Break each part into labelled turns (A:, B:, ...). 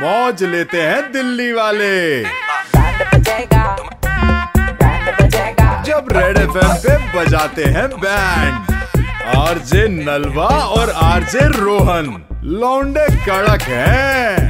A: मौज लेते हैं दिल्ली वाले जब रेड एफ पे बजाते हैं बैंड आरजे नलवा और आरजे रोहन लौंडे कड़क हैं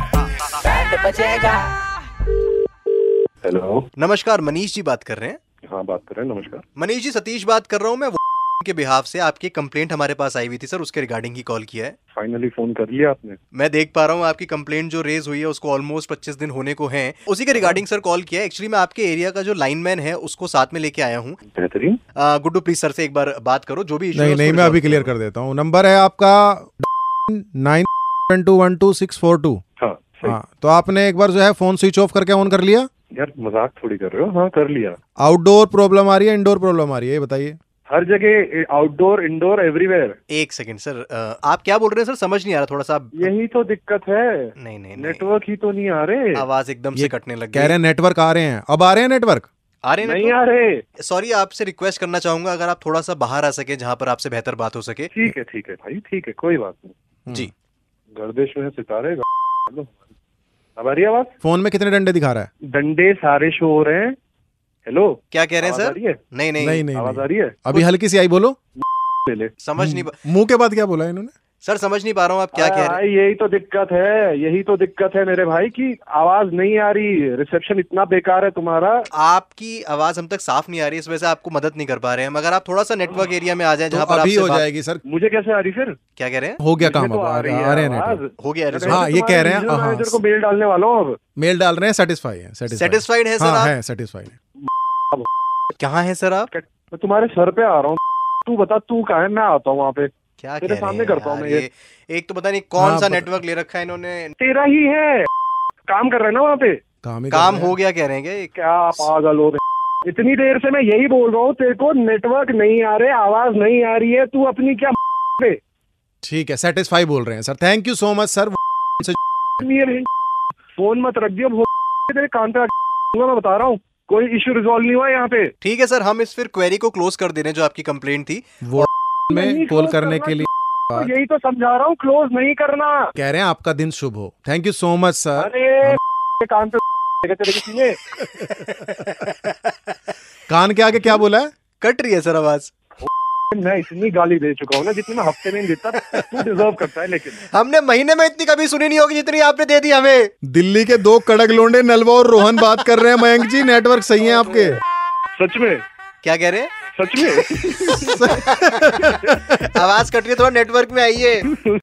B: हेलो
C: नमस्कार मनीष जी बात कर रहे हैं
B: हाँ बात कर रहे हैं नमस्कार
C: मनीष जी सतीश बात कर रहा हूँ मैं वो के बिहाफ से आपकी कंप्लेंट हमारे पास आई हुई थी सर उसके रिगार्डिंग ही कॉल किया है
B: फाइनली फोन कर लिया आपने
C: मैं देख पा रहा हूँ आपकी कंप्लेंट जो रेज हुई है उसको ऑलमोस्ट 25 दिन होने को हैं उसी के रिगार्डिंग सर कॉल किया है एक्चुअली मैं आपके एरिया का जो लाइनमैन है उसको साथ में लेके आया हूँ
B: बेहतरीन
C: अ, गुड्डू प्लीज सर से एक बार बात करो जो भी issue है
D: नहीं
C: उसको
D: नहीं मैं
C: resolve
D: अभी क्लियर कर देता हूँ नंबर है आपका nine one two one two six four two
B: हाँ सही
D: हाँ तो आपने एक बार जो है फोन स्विच ऑफ करके ऑन कर लिया
B: यार मजाक थोड़ी कर रहे हो हाँ कर लिया
D: आउटडोर प्रॉब्लम आ रही है इंडोर प्रॉब्लम आ रही है ये बताइए
B: हर जगह आउटडोर इंडोर एवरीवेयर
C: एक सेकंड सर अ, आप क्या बोल रहे हैं सर समझ नहीं आ रहा थोड़ा सा आप-
B: यही तो दिक्कत है
C: नहीं नहीं नहीं
B: नेटवर्क ही तो नहीं आ रहे
C: आवाज एकदम से
D: ये
C: कटने लग
D: कह रहे
C: गई
D: हैं नेटवर्क आ रहे हैं अब आ रहे हैं नेटवर्क
C: आ रहे हैं
B: नहीं
C: network?
B: आ रहे
C: सॉरी आपसे रिक्वेस्ट करना चाहूंगा अगर आप थोड़ा सा बाहर आ सके जहाँ पर आपसे बेहतर बात हो सके
B: ठीक है ठीक है भाई ठीक है कोई बात नहीं
C: जी
B: गर्दिश में सितारे गा- अब आ रही है आवाज
D: फोन में कितने डंडे दिखा रहा है
B: डंडे सारे शो हो रहे हैं हेलो
C: क्या कह रहे हैं
B: आवाज आ
C: सर
B: रही है
C: नहीं नहीं,
D: नहीं नहीं,
B: आवाज आ
D: नहीं
B: रही है
D: अभी हल्की सी आई बोलो हम्म।
B: ले ले
C: समझ नहीं पा-
D: मुंह के बाद क्या बोला इन्होंने
C: सर समझ नहीं पा रहा हूँ आप क्या
B: अरे
C: कह रहे हैं
B: भाई, यही तो दिक्कत है यही तो दिक्कत है मेरे भाई की आवाज नहीं आ रही रिसेप्शन इतना बेकार है तुम्हारा
C: आपकी आवाज हम तक साफ नहीं आ रही है इस वजह से आपको मदद नहीं कर पा रहे हैं मगर आप थोड़ा सा नेटवर्क
B: हाँ।
C: एरिया में आ जाए
D: तो
C: जहाँ पर
D: अभी
C: आपसे
D: हो
C: बात-
D: जाएगी सर
B: मुझे कैसे आ रही फिर
C: क्या कह रहे हैं
D: हो गया काम
B: मुझे
D: अब
B: तो
D: आ रहे आ रहे हैं
B: आवाज।
D: network।
C: हो गया
B: मैं
C: रिजल्ट।
B: कह रहा
D: हाँ,
B: हूँ,
D: ये कह रहे हैं,
B: तुम्हारे regional
D: हाँ,
B: manager को मेल डालने वाला हूँ अब
D: मेल डाल रहे हैं सेटिस्फाई है satisfied।
C: सेटिस्फाइड है सर
D: हाँ
C: आप
D: है सेटिस्फाइड
C: कहाँ है सर आप
B: मैं तुम्हारे सर पे आ रहा हूँ तू बता तू कहा है मैं आता हूँ वहाँ पे
C: क्या कह
B: तेरे
C: रहे
B: सामने
C: हैं
B: करता हूँ
C: यार,
B: मैं ये।
C: ये- एक तो पता नहीं कौन
D: हाँ,
C: सा
D: पता-
C: नेटवर्क ले रखा है इन्होंने
B: तेरा ही है काम कर रहा है ना वहाँ पे
D: काम ही कर
C: काम
D: रहे हैं।
C: हो गया कह रहे हैं क्या ये?
B: क्या पागल हो गए इतनी देर से मैं यही बोल रहा हूँ तेरे को नेटवर्क नहीं आ रहे आवाज नहीं आ रही है तू अपनी क्या पे
D: ठीक है सेटिस्फाई बोल रहे हैं sir thank you so much sir
B: नहीं है भाई। फोन मत रख दियो वो तेरे कान पे आके मैं बता रहा हूँ कोई इशू रिजॉल्व नहीं हुआ यहाँ पे
C: ठीक है सर हम इस फिर क्वेरी को क्लोज कर दे रहे हैं जो आपकी कंप्लेंट थी
D: वो
B: नहीं
D: में कॉल
B: close
D: करने
B: करना
D: के लिए
B: तो यही तो समझा रहा हूँ क्लोज नहीं करना
D: कह रहे हैं आपका दिन शुभ हो thank you so much sir
B: अरे तेरे कान पे देगा तेरे किसी ने
D: कान के आगे क्या बोला है
C: कट रही है सर आवाज
B: मैं इतनी गाली दे चुका हूँ ना जितनी मैं हफ्ते में नहीं देता तू डिजर्व करता है लेकिन
C: हमने महीने में इतनी कभी सुनी नहीं होगी जितनी आपने दे दी हमें
D: दिल्ली के दो कड़क लोंडे नलवा और रोहन बात कर रहे हैं मयंक जी नेटवर्क सही है आपके
B: सच में
C: क्या कह रहे हैं
B: सच में
C: आवाज कट रही है थोड़ा नेटवर्क में आइए